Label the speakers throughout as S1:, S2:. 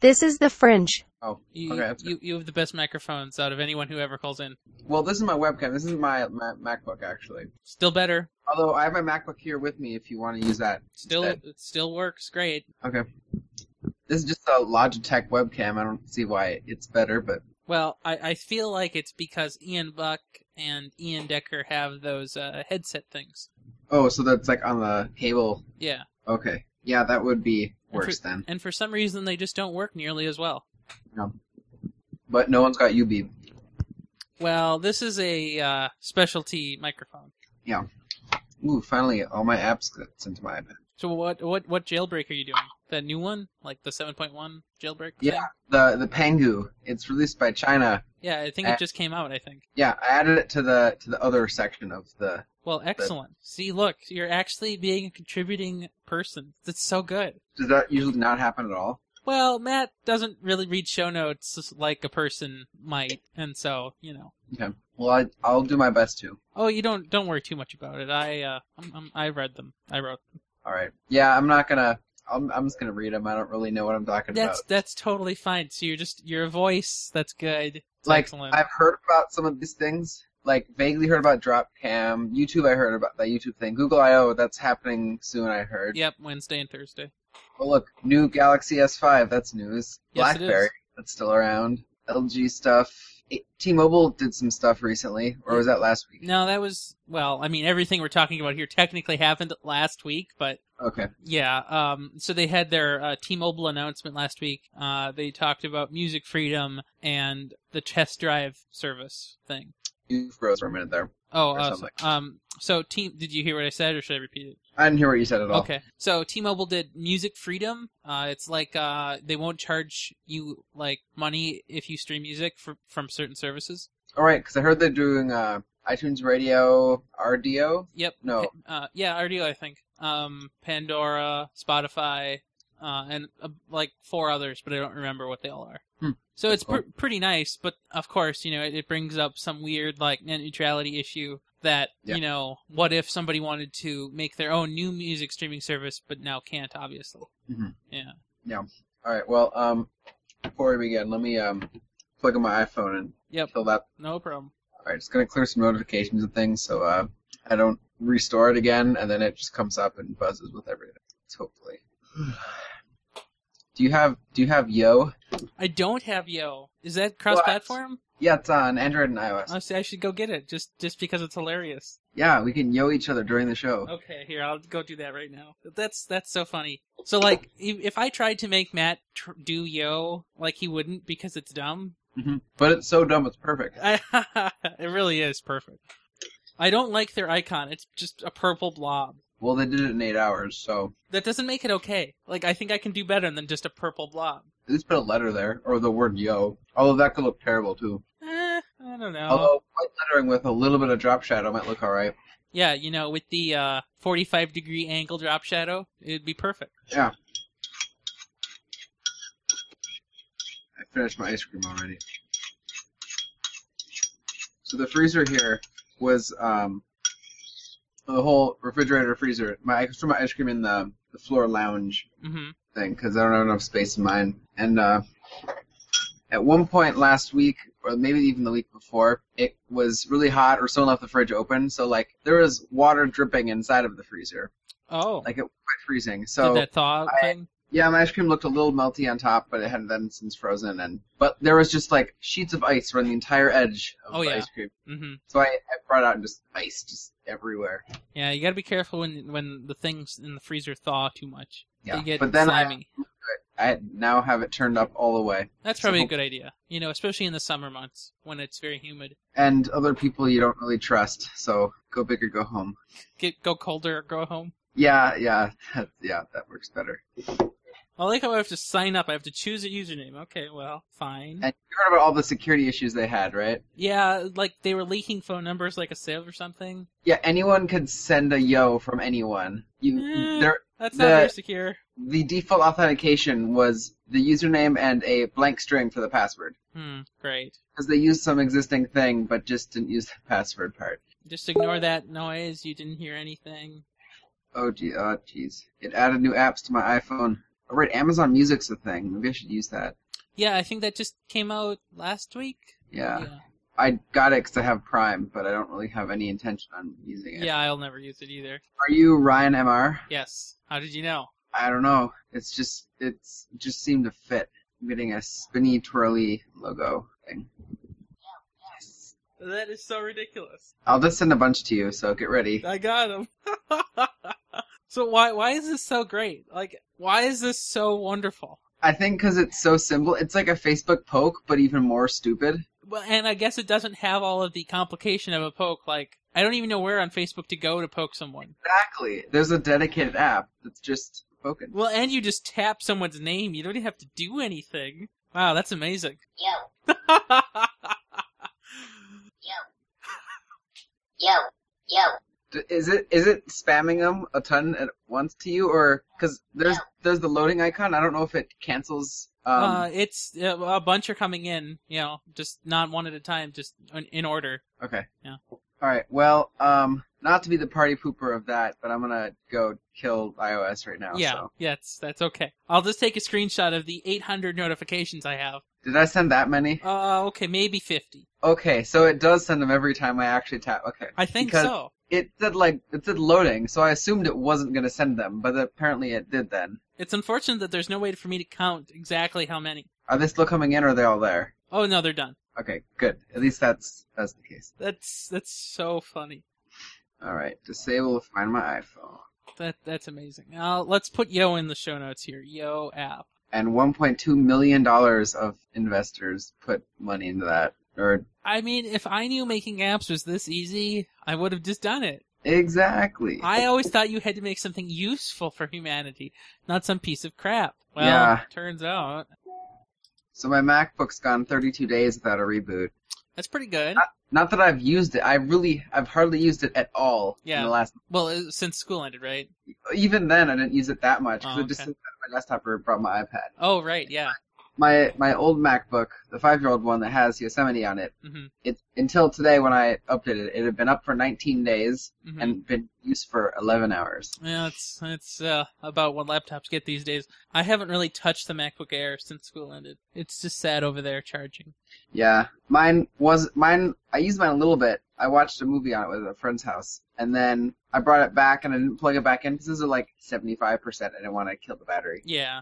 S1: This is the fringe.
S2: Oh,
S3: You,
S2: Okay, that's
S3: you, you have the best microphones out of anyone who ever calls in.
S2: well, this is my webcam. This is my, my MacBook actually.
S3: Still better.
S2: Although I have my MacBook here with me, if you want to use that.
S3: Still,
S2: instead.
S3: it still works great.
S2: okay. This is just a Logitech webcam. I don't see why it's better, but
S3: Well, I, I feel like it's because Ian Buck and Ian Decker have those uh, headset things.
S2: oh, so that's like on the cable.
S3: Yeah,
S2: Okay, yeah, that would be worse then.
S3: and for some reason they just don't work nearly as well.
S2: But no one's got UB.
S3: Well, this is a uh, specialty microphone.
S2: Ooh, finally, all my apps got sent to my iPad.
S3: So what what what jailbreak are you doing? The new one, like the 7.1 jailbreak?
S2: Yeah.
S3: thing?
S2: The the Pangu. It's released by China.
S3: yeah. I think
S2: Uh,
S3: it just came out. I think.
S2: Yeah, I added it to the to the other section of the.
S3: Well, excellent. See, look, you're actually being a contributing person. That's so good.
S2: Does that usually not happen at all?
S3: Well, Matt doesn't really read show notes like a person might, and so you know.
S2: Well, I, I'll do my best to.
S3: Oh, you don't don't worry too much about it. I uh, I'm, I'm, I read them. I wrote. Them.
S2: All right. Yeah, I'm not gonna. I'm, I'm just gonna read them. I don't really know what I'm talking
S3: That's
S2: about.
S3: that's totally fine. So you're just you're a voice. That's good. It's
S2: Like
S3: excellent.
S2: I've heard about some of these things. Like vaguely heard about Dropcam, YouTube. I heard about that YouTube thing. Google I/O. That's happening soon. I heard.
S3: Yep, Wednesday and Thursday.
S2: Oh look, new Galaxy S5. That's news.
S3: Yes, it
S2: BlackBerry.
S3: is.
S2: That's still around. LG stuff. It- T-Mobile did some stuff recently, or was that last week?
S3: No, that was well. I mean, everything we're talking about here technically happened last week, but
S2: Okay.
S3: yeah. Um, so they had their uh, T-Mobile announcement last week. Uh, they talked about music freedom and the test drive service thing.
S2: You froze for a minute there.
S3: Oh,
S2: Or
S3: uh,
S2: something.
S3: so, um, so team, did you hear what I said, or should I repeat it?
S2: I didn't hear what you said at all.
S3: Okay. So T-Mobile did Music Freedom. Uh, it's like uh, they won't charge you like money if you stream music fr- from certain services.
S2: All right, because I heard they're doing uh, iTunes Radio, RDO.
S3: Yep.
S2: No.
S3: Uh, yeah, RDO, I think. Um, Pandora, Spotify, uh, and uh, like four others, but I don't remember what they all are.
S2: Hmm.
S3: So it's
S2: Cool.
S3: pr- pretty nice, but of course, you know, it, it brings up some weird like net neutrality issue that
S2: Yeah.
S3: you know, what if somebody wanted to make their own new music streaming service, but now can't, obviously.
S2: Mm-hmm. All right. Well, um, before we begin, let me um, plug in my iPhone and
S3: Yep.
S2: fill that.
S3: No problem.
S2: All right, it's gonna clear some notifications and things, so uh, I don't restore it again, and then it just comes up and buzzes with everything. Hopefully. do you have Do you have Yo?
S3: I don't have Yo. Is that cross-platform?
S2: Yeah, it's on Android and iOS.
S3: I see I should go get it just just because it's hilarious.
S2: yeah, we can Yo each other during the show.
S3: Okay, here I'll go do that right now. That's that's so funny. So like, if if I tried to make Matt tr- do yo, like he wouldn't because it's dumb.
S2: hmm But it's so dumb, it's perfect.
S3: I, it really is perfect. I don't like their icon. It's just a purple blob.
S2: Well, they did it in eight hours, so
S3: That doesn't make it okay. Like I think I can do better than just a purple blob.
S2: at least put a letter there or the word Yo. Although that could look terrible too.
S3: Eh, I don't know.
S2: Although white lettering with a little bit of drop shadow might look alright.
S3: Yeah, you know, with the uh, 45 degree angle drop shadow, it'd be perfect.
S2: I finished my ice cream already. So the freezer here was um the whole refrigerator freezer. My I threw my ice cream in the the floor lounge
S3: hmm
S2: thing because I don't have enough space in mine. And uh, at one point last week, or maybe even the week before, it was really hot, or someone left the fridge open, so like there was water dripping inside of the freezer,
S3: Oh,
S2: like it was quite freezing. So
S3: did that thaw
S2: I-
S3: thing?
S2: Yeah, my ice cream looked a little melty on top, but it had then since frozen. And but there was just like sheets of ice around the entire edge of
S3: Oh,
S2: the
S3: yeah.
S2: ice cream.
S3: Mm-hmm.
S2: So I, I brought out and just ice just everywhere.
S3: Yeah, you gotta be careful when when the things in the freezer thaw too much.
S2: Yeah,
S3: They get
S2: but then I,
S3: slimy.
S2: I now have it turned up all the way.
S3: That's probably a good idea. You know, especially in the summer months when it's very humid.
S2: And other people you don't really trust, so go big or go home.
S3: Get go colder or go home.
S2: Yeah, yeah, that, yeah, that works better.
S3: I like how I have to sign up. I have to choose a username. Okay, well, fine.
S2: And you heard about all the security issues they had, right?
S3: Yeah, like they were leaking phone numbers like a sieve or something.
S2: Yeah, anyone could send a yo from anyone. You
S3: Eh.
S2: there
S3: That's
S2: The-
S3: not very secure.
S2: the default authentication was the username and a blank string for the password.
S3: Hmm, great.
S2: Because they used some existing thing, but just didn't use the password part.
S3: Just ignore that noise. You didn't hear anything.
S2: Oh, gee, oh, jeez. It added new apps to my iPhone. Oh, right, Amazon Music's a thing. Maybe I should use that.
S3: Yeah, I think that just came out last week.
S2: Yeah,
S3: yeah.
S2: I got it because I have Prime, but I don't really have any intention on using it.
S3: Yeah, I'll never use it either.
S2: Are you Ryan Mr?
S3: Yes. How did you know?
S2: I don't know. It's just it's just seemed to fit. I'm getting a spinny twirly logo thing. Yes.
S3: That is so ridiculous.
S2: I'll just send a bunch to you, so get ready.
S3: I got him. so why why is this so great? Like why is this so wonderful?
S2: I think because it's so simple, it's like a Facebook poke, but even more stupid.
S3: Well, and I guess it doesn't have all of the complication of a poke. Like I don't even know where on Facebook to go to poke someone.
S2: Exactly. There's a dedicated app that's just poking.
S3: Well, and you just tap someone's name. You don't even have to do anything. Wow, that's amazing.
S1: Yo, yo, yo.
S2: D- Is it is it spamming them a ton at once to you, or because there's
S1: No.
S2: there's the loading icon? I don't know if it cancels. Um,
S3: uh, it's uh, a bunch are coming in. You know, just not one at a time, just in, in order.
S2: Okay.
S3: Yeah.
S2: All right. Well, um, not to be the party pooper of that, but I'm gonna go kill iOS right now.
S3: yeah,
S2: Oh, So.
S3: yeah, it's, that's okay. I'll just take a screenshot of the 800 notifications I have.
S2: Did I send that many?
S3: Uh, okay, maybe 50.
S2: Okay, so it does send them every time I actually tap. Okay.
S3: I think
S2: Because-
S3: so.
S2: It said like it said loading, so I assumed it wasn't gonna send them, but apparently it did. Then
S3: It's unfortunate that there's no way for me to count exactly how many.
S2: are they still coming in, or are they all there?
S3: Oh no, they're done.
S2: Okay, good. At least that's that's the case.
S3: That's that's so funny.
S2: All right. Disable Find My iPhone.
S3: That that's amazing. Uh, let's put Yo in the show notes here. Yo app.
S2: And 1.2 million dollars of investors put money into that, or
S3: I mean, if I knew making apps was this easy, I would have just done it.
S2: exactly.
S3: I always thought you had to make something useful for humanity, not some piece of crap. Well,
S2: Yeah.
S3: turns out
S2: So my MacBook's gone 32 days without a reboot.
S3: that's pretty good.
S2: Not that I've used it. I really, I've hardly used it at all.
S3: Yeah.
S2: In the last,
S3: Well, uh, since school ended, right?
S2: even then, I didn't use it that much because
S3: Oh,
S2: I just
S3: okay.
S2: sat at my desktop or brought my iPad.
S3: Oh, right, yeah.
S2: My my old MacBook, the five-year-old one that has Yosemite on it,
S3: hmm
S2: it until today when I updated it, it had been up for 19 days
S3: hmm
S2: and been used for 11 hours.
S3: yeah, it's it's uh, about what laptops get these days. I haven't really touched the MacBook Air since school ended. It's just sad over there charging.
S2: Yeah, mine was mine. I used mine a little bit. I watched a movie on it with a friend's house, and then I brought it back and I didn't plug it back in because this is like 75%. I didn't want to kill the battery.
S3: Yeah,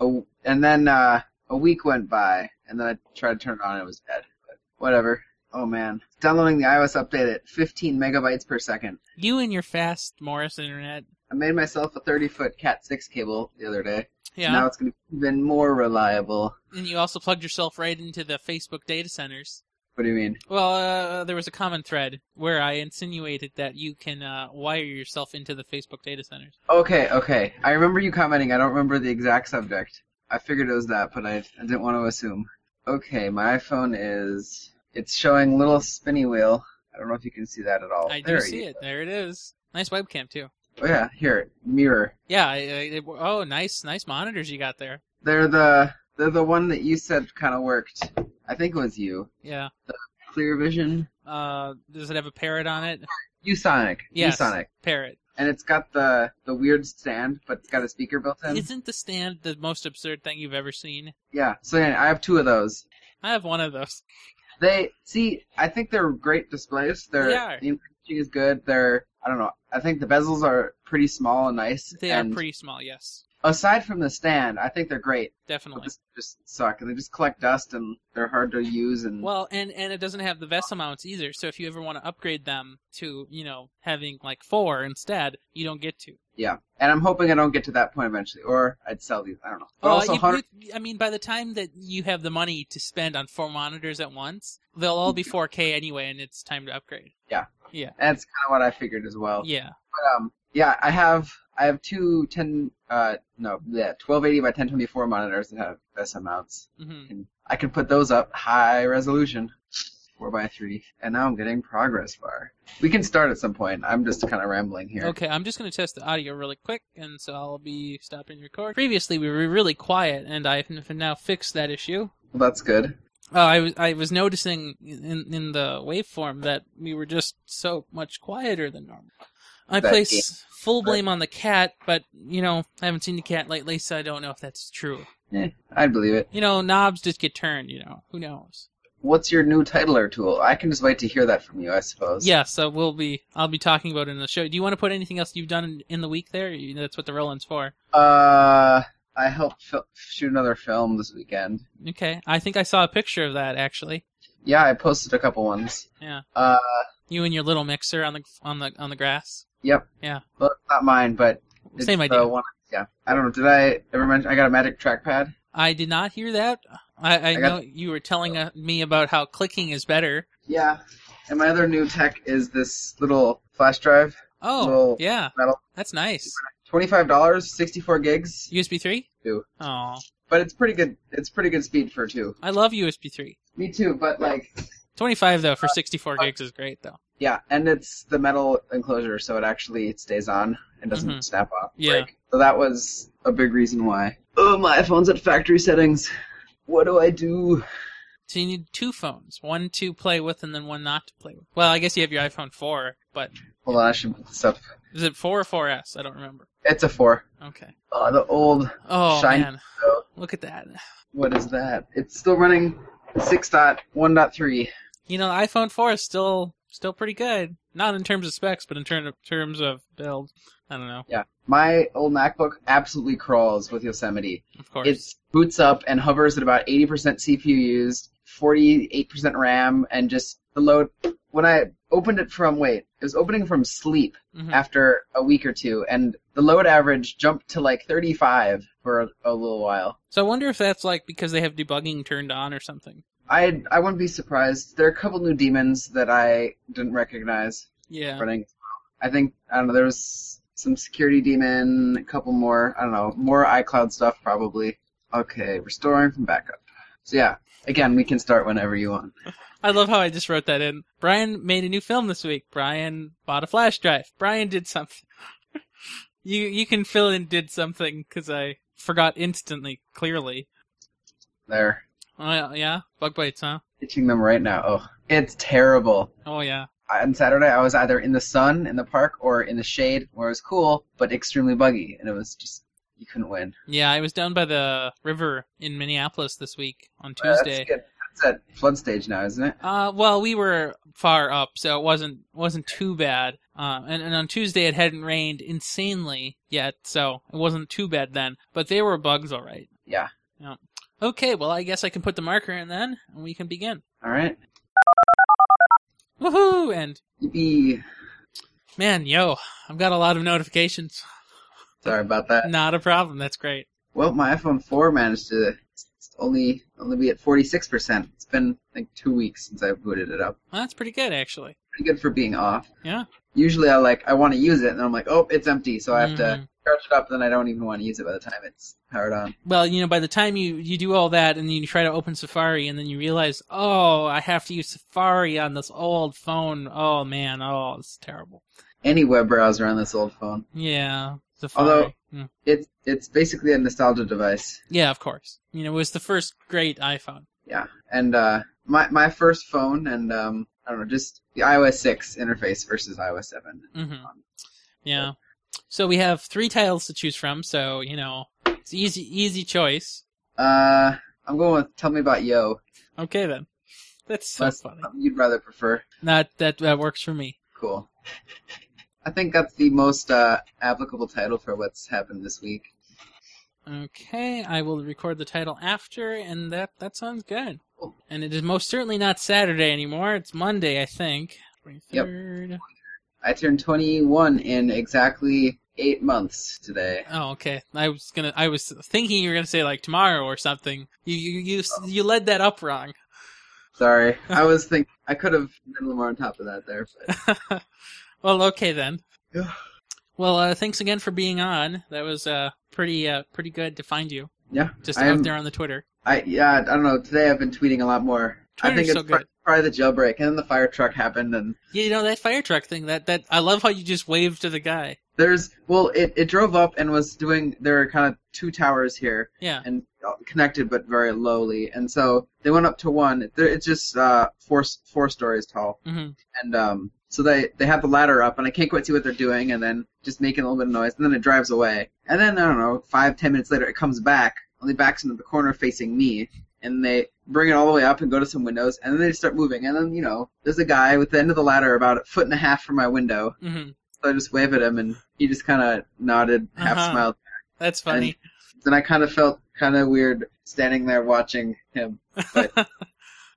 S2: Oh, and then uh, a week went by, and then I tried to turn it on, and it was dead. But whatever. Oh man, downloading the iOS update at 15 megabytes per second.
S3: you and your fast Morris internet.
S2: I made myself a 30-foot Cat6 cable the other day.
S3: Yeah,
S2: Now it's going to be even more reliable.
S3: and you also plugged yourself right into the Facebook data centers.
S2: What do you mean?
S3: Well, uh, there was a common thread where I insinuated that you can uh, wire yourself into the Facebook data centers.
S2: Okay, okay. I remember you commenting. I don't remember the exact subject. I figured it was that, but I, I didn't want to assume. Okay, my iPhone is. It's showing little spinny wheel. I don't know if you can see that at all.
S3: I do
S2: Oh, There
S3: see
S2: you-
S3: it. There it is. Nice webcam too.
S2: Oh yeah, here mirror.
S3: Yeah. I, I, it, oh, nice, nice monitors you got there.
S2: They're the they're the one that you said kind of worked. I think it was you.
S3: Yeah.
S2: Clear Vision.
S3: Uh, does it have a parrot on it?
S2: Usonic.
S3: Yes.
S2: Usonic.
S3: Parrot.
S2: And it's got the the weird stand, but it's got a speaker built in.
S3: Isn't the stand the most absurd thing you've ever seen?
S2: Yeah. So yeah, I have two of those.
S3: I have one of those.
S2: They see. I think they're great displays. They're,
S3: They are.
S2: The imaging is good. They're. I don't know. I think the bezels are pretty small and nice.
S3: They
S2: and
S3: are pretty small. Yes,
S2: Aside from the stand, I think they're great. But
S3: definitely.
S2: this just suck, and they just collect dust, and they're hard to use. And
S3: Well, and and it doesn't have the vessel mounts either. So if you ever want to upgrade them to, you know, having like four instead, you don't get to.
S2: yeah. And I'm hoping I don't get to that point eventually, or I'd sell these. I don't know. But
S3: Well,
S2: also,
S3: Uh, you-
S2: hundred.
S3: you- I mean, by the time that you have the money to spend on four monitors at once, they'll all be 4K anyway, and it's time to upgrade.
S2: That's kind of what I figured as well.
S3: Yeah,
S2: But um, yeah, I have. I have two 10, uh, no, yeah, 1280 by 1024 monitors that have VESA mounts.
S3: hmm
S2: can- I can put those up high resolution, four by three, and now I'm getting progress bar. We can start at some point. I'm just kind of rambling here.
S3: Okay, I'm just going to test the audio really quick, and so I'll be stopping record. Previously, we were really quiet, and I've n- now fixed that issue.
S2: Well, that's good.
S3: Uh, I was I was noticing in in the waveform that we were just so much quieter than normal. I
S2: that
S3: place
S2: game.
S3: full blame on the cat, but you know I haven't seen the cat lately, so I don't know if that's true.
S2: I'd Eh, believe it.
S3: You know, knobs just get turned. You know, who knows?
S2: What's your new titler tool? I can just wait to hear that from you, I suppose.
S3: Yeah, so we'll be. I'll be talking about it in the show. Do you want to put anything else you've done in, in the week there? You- That's what the Roland's for.
S2: Uh, I helped fil- shoot another film this weekend.
S3: Okay, I think I saw a picture of that actually.
S2: Yeah, I posted a couple ones.
S3: Yeah.
S2: Uh,
S3: You and your little mixer on the on the on the grass.
S2: yep.
S3: Yeah.
S2: Well, it's not mine, but it's
S3: Same
S2: the
S3: idea.
S2: one- yeah. I don't know. Did I ever mention I got a magic trackpad?
S3: I did not hear that. I, I,
S2: I
S3: know
S2: got-
S3: you were telling uh, me about how clicking is better.
S2: Yeah. And my other new tech is this little flash drive.
S3: Oh,
S2: Well,
S3: yeah,
S2: that'll-
S3: that's nice.
S2: Twenty-five dollars, sixty-four gigs.
S3: USB three.
S2: Two.
S3: Oh,
S2: But it's pretty good. It's pretty good speed for two.
S3: I love USB three.
S2: Me too. But like,
S3: Twenty five though
S2: Uh,
S3: for sixty four gigs is great though.
S2: Yeah, and it's the metal enclosure, so it actually stays on and doesn't
S3: Mhm.
S2: snap off.
S3: Yeah.
S2: break. So that was a big reason why. Oh, my phone's at factory settings. What do I do?
S3: So you need two phones, one to play with and then one not to play with. Well, I guess you have your iPhone four, but
S2: Hold on, I should put this up.
S3: is it four or 4S? I don't remember.
S2: It's a four.
S3: Okay.
S2: Oh, the old.
S3: Oh
S2: Shiny.
S3: man, look at that.
S2: What is that? It's still running 6.1.3.
S3: You know, the iPhone four is still still pretty good. Not in terms of specs, but in terms of terms of build. I don't know.
S2: My old MacBook absolutely crawls with Yosemite.
S3: Of course.
S2: It boots up and hovers at about 80% CPU used, 48% RAM, and just the load. When I opened it from, wait, it was opening from sleep
S3: Mhm.
S2: after a week or two, and the load average jumped to like 35 for a, a little while.
S3: So I wonder if that's like because they have debugging turned on or something.
S2: I I wouldn't be surprised. There are a couple new demons that I didn't recognize
S3: Yeah.
S2: running. I think I don't know. There was some security demon, a couple more. I don't know, more iCloud stuff probably. Okay, restoring from backup. So yeah, again, we can start whenever you want.
S3: I love how I just wrote that in. Brian made a new film this week. Brian bought a flash drive. Brian did something. you you can fill in did something because I forgot instantly. Clearly.
S2: They're
S3: Oh yeah, yeah, bug bites, huh?
S2: itching them right now. Oh, it's terrible.
S3: Oh yeah.
S2: On Saturday, I was either in the sun in the park or in the shade, where it was cool but extremely buggy, and it was just you couldn't win.
S3: Yeah, I was down by the river in Minneapolis this week on
S2: Uh,
S3: Tuesday.
S2: that's, good. that's at flood stage now, isn't it?
S3: Uh, well, we were far up, so it wasn't wasn't too bad. Uh, and, and on Tuesday it hadn't rained insanely yet, so it wasn't too bad then. But they were bugs, all right.
S2: Yeah.
S3: Yeah. Okay, well I guess I can put the marker in then, and we can begin.
S2: All right.
S3: Woohoo! And
S2: Yippee!
S3: man, yo, I've got a lot of notifications.
S2: Sorry about that.
S3: Not a problem. That's great.
S2: Well, my iPhone 4 managed to only only be at 46%. It's been like two weeks since I booted it up.
S3: Well, that's pretty good actually.
S2: Pretty good for being off.
S3: Yeah.
S2: Usually I like I want to use it and I'm like, oh, it's empty, so I have
S3: Mhm.
S2: to charge it up. Then I don't even want to use it by the time it's powered on.
S3: Well, you know, by the time you you do all that and then you try to open Safari and then you realize, oh, I have to use Safari on this old phone. Oh man, oh, it's terrible.
S2: Any web browser on this old phone.
S3: Yeah, Safari.
S2: Although-
S3: Mm.
S2: It's it's basically a nostalgia device.
S3: yeah, of course. You know, it was the first great iPhone.
S2: Yeah. And uh, my my first phone and um I don't know, just the iOS 6 interface versus iOS 7.
S3: hmm Yeah. So we have three titles to choose from. So you know, it's easy, easy choice.
S2: Uh, I'm going with Tell Me About Yo.
S3: Okay then. That's so
S2: That's-
S3: funny.
S2: Something you'd rather prefer.
S3: That that that works for me.
S2: Cool. I think that's the most uh, applicable title for what's happened this week.
S3: Okay, I will record the title after, and that that sounds good. And it is most certainly not Saturday anymore. It's Monday, I think. Twenty third.
S2: I turned 21 in exactly eight months today.
S3: Oh, okay. I was gonna. I was thinking you were gonna say like tomorrow or something. You you you you led that up wrong.
S2: Sorry, I was think I could have been a little more on top of that there. But
S3: well, okay then.
S2: Yeah.
S3: Well, uh, thanks again for being on. That was uh, pretty uh, pretty good to find you
S2: yeah,
S3: just
S2: I
S3: out
S2: am-
S3: there on the Twitter.
S2: I yeah, I don't know. Today I've been tweeting a lot more. I
S3: Twitter's
S2: think it's
S3: so good.
S2: pr- probably the jailbreak, and then the fire truck happened, and
S3: You know that fire truck thing. That that I love how you just waved to the guy.
S2: there's well, it it drove up and was doing. There are kind of two towers here,
S3: Yeah.
S2: and uh, connected but very lowly, and so they went up to one. There- It's just uh, four s- four stories tall.
S3: hmm
S2: and um, So they they have the ladder up, and I can't quite see what they're doing, and then just making a little bit of noise, and then it drives away. And then I don't know, five ten minutes later, it comes back, only backs into the corner facing me, and they bring it all the way up and go to some windows, and then they start moving, and then you know, there's a guy with the end of the ladder about a foot and a half from my window.
S3: hmm
S2: So I just wave at him, and he just kind of nodded, half
S3: Uh-huh.
S2: smiled.
S3: That's funny.
S2: Then I kind of felt kind of weird standing there watching him. But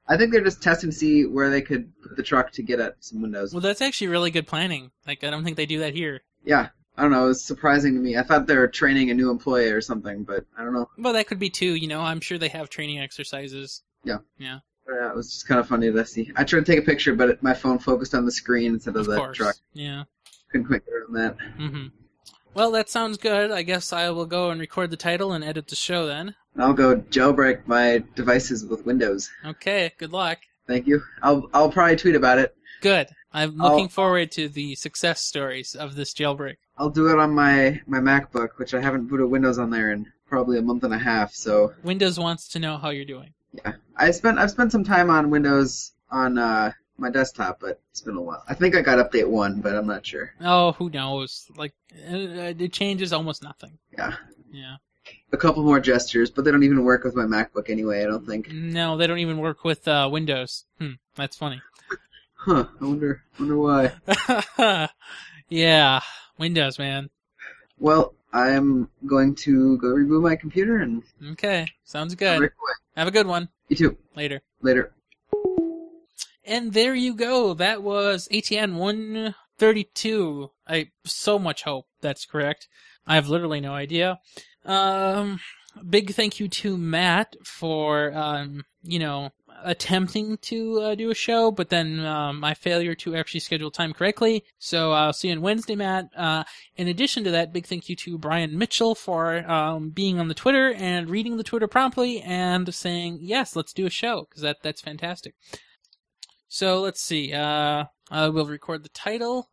S2: I think they're just testing to see where they could put the truck to get at some windows.
S3: well, that's actually really good planning. Like, I don't think they do that here.
S2: Yeah, I don't know. It was surprising to me. I thought they were training a new employee or something, but I don't know.
S3: Well, that could be too. You know, I'm sure they have training exercises.
S2: But, uh, It was just kind of funny to see. I tried to take a picture, but it, my phone focused on the screen instead of,
S3: of
S2: the
S3: course.
S2: truck.
S3: Yeah.
S2: Couldn't quite get around that.
S3: hmm Well, that sounds good. I guess I will go and record the title and edit the show then.
S2: And I'll go jailbreak my devices with Windows.
S3: Okay. Good luck.
S2: Thank you. I'll I'll probably tweet about it.
S3: Good. I'm looking
S2: I'll-
S3: forward to the success stories of this jailbreak.
S2: I'll do it on my my MacBook, which I haven't booted Windows on there in probably a month and a half. So
S3: Windows wants to know how you're doing.
S2: I spent I've spent some time on Windows on uh, my desktop, but it's been a while. I think I got update one, but I'm not sure.
S3: Oh, who knows? Like, uh, it changes almost nothing.
S2: Yeah.
S3: Yeah.
S2: a couple more gestures, but they don't even work with my MacBook anyway, I don't think.
S3: No, they don't even work with uh, Windows. Hmm. That's funny.
S2: Huh, I wonder wonder why.
S3: yeah. Windows, man.
S2: Well, I'm going to go reboot my computer and
S3: Okay. Sounds
S2: Rick
S3: good.
S2: away.
S3: Have a good one.
S2: You too.
S3: Later.
S2: Later.
S3: And there you go. That was ATN 132. I so much hope that's correct. I have literally no idea. Um, big thank you to Matt for, um, you know, attempting to uh, do a show, but then um, my failure to actually schedule time correctly. So I'll see you on Wednesday, Matt. Uh, in addition to that, big thank you to Brian Mitchell for um, being on the Twitter and reading the Twitter promptly and saying, yes, let's do a show, because that, that's fantastic. So let's see. Uh, I will record the title.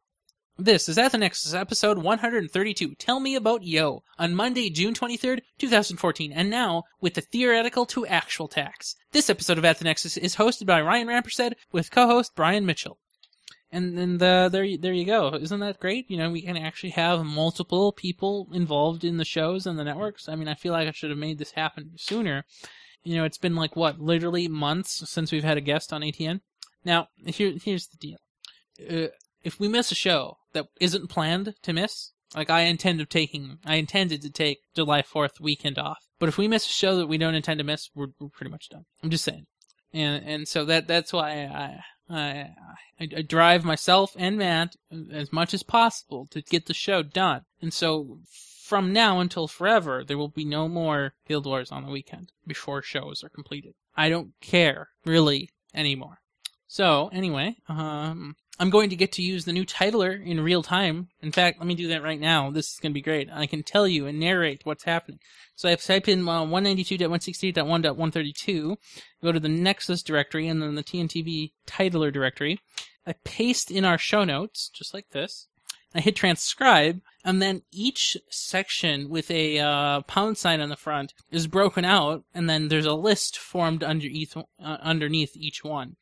S3: This is at the next episode 132. Tell me about Yo on Monday, June 23rd, 2014. And now with the theoretical to actual tax. This episode of At the Nexus is hosted by Ryan Rampersad with co-host Brian Mitchell. And and uh, there you, there you go. Isn't that great? You know, we can actually have multiple people involved in the shows and the networks. I mean, I feel like I should have made this happen sooner. You know, it's been like what, literally months since we've had a guest on ATN. Now, here, here's the deal. Uh, if we miss a show that isn't planned to miss, like I intend of taking, I intended to take July 4th weekend off. But if we miss a show that we don't intend to miss, we're, we're pretty much done. I'm just saying. And, and so that, that's why I, I, I, I drive myself and Matt as much as possible to get the show done. And so from now until forever, there will be no more Guild Wars on the weekend before shows are completed. I don't care really anymore. So anyway, um, I'm going to get to use the new titler in real time. In fact, let me do that right now. This is going to be great. I can tell you and narrate what's happening. So I've typed in uh, 192.168.1.132, go to the Nexus directory and then the TNTV titler directory. I paste in our show notes, just like this. I hit transcribe, and then each section with a uh, pound sign on the front is broken out, and then there's a list formed under each, uh, underneath each one.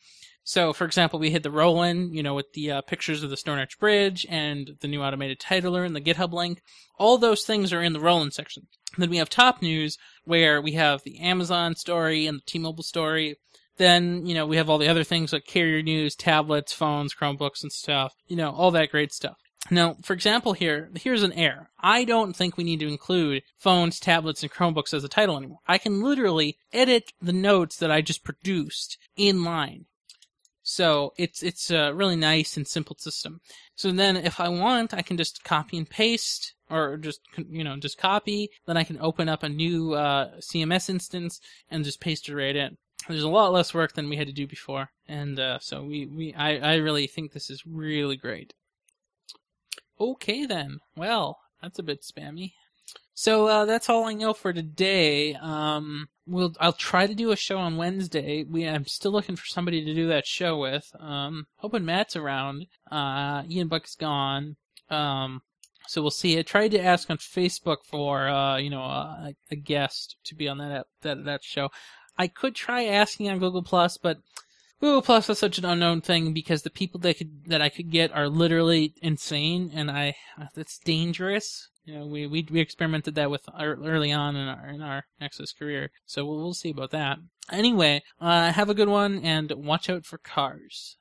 S3: So, for example, we hit the Roland, you know, with the uh, pictures of the Stone Arch Bridge and the new automated titler and the GitHub link. All those things are in the Roland section. Then we have top news, where we have the Amazon story and the T-Mobile story. Then, you know, we have all the other things like carrier news, tablets, phones, Chromebooks and stuff, you know, all that great stuff. Now, for example, here, here's an error. I don't think we need to include phones, tablets, and Chromebooks as a title anymore. I can literally edit the notes that I just produced in line. So it's it's a really nice and simple system. So then, if I want, I can just copy and paste, or just you know just copy. Then I can open up a new uh, CMS instance and just paste it right in. There's a lot less work than we had to do before, and uh, so we we I, I really think this is really great. Okay then, well that's a bit spammy. So uh, that's all I know for today. Um, we'll I'll try to do a show on Wednesday. We I'm still looking for somebody to do that show with. Um, hoping Matt's around. Uh, Ian Buck's gone. Um, so we'll see. I tried to ask on Facebook for uh, you know a, a guest to be on that that that show. I could try asking on Google Plus, but Google Plus is such an unknown thing because the people that could that I could get are literally insane, and I uh, that's dangerous. You know, we we, we experimented that with ear- early on in our in our Nexus career, so we'll, we'll see about that. Anyway, uh, have a good one and watch out for cars.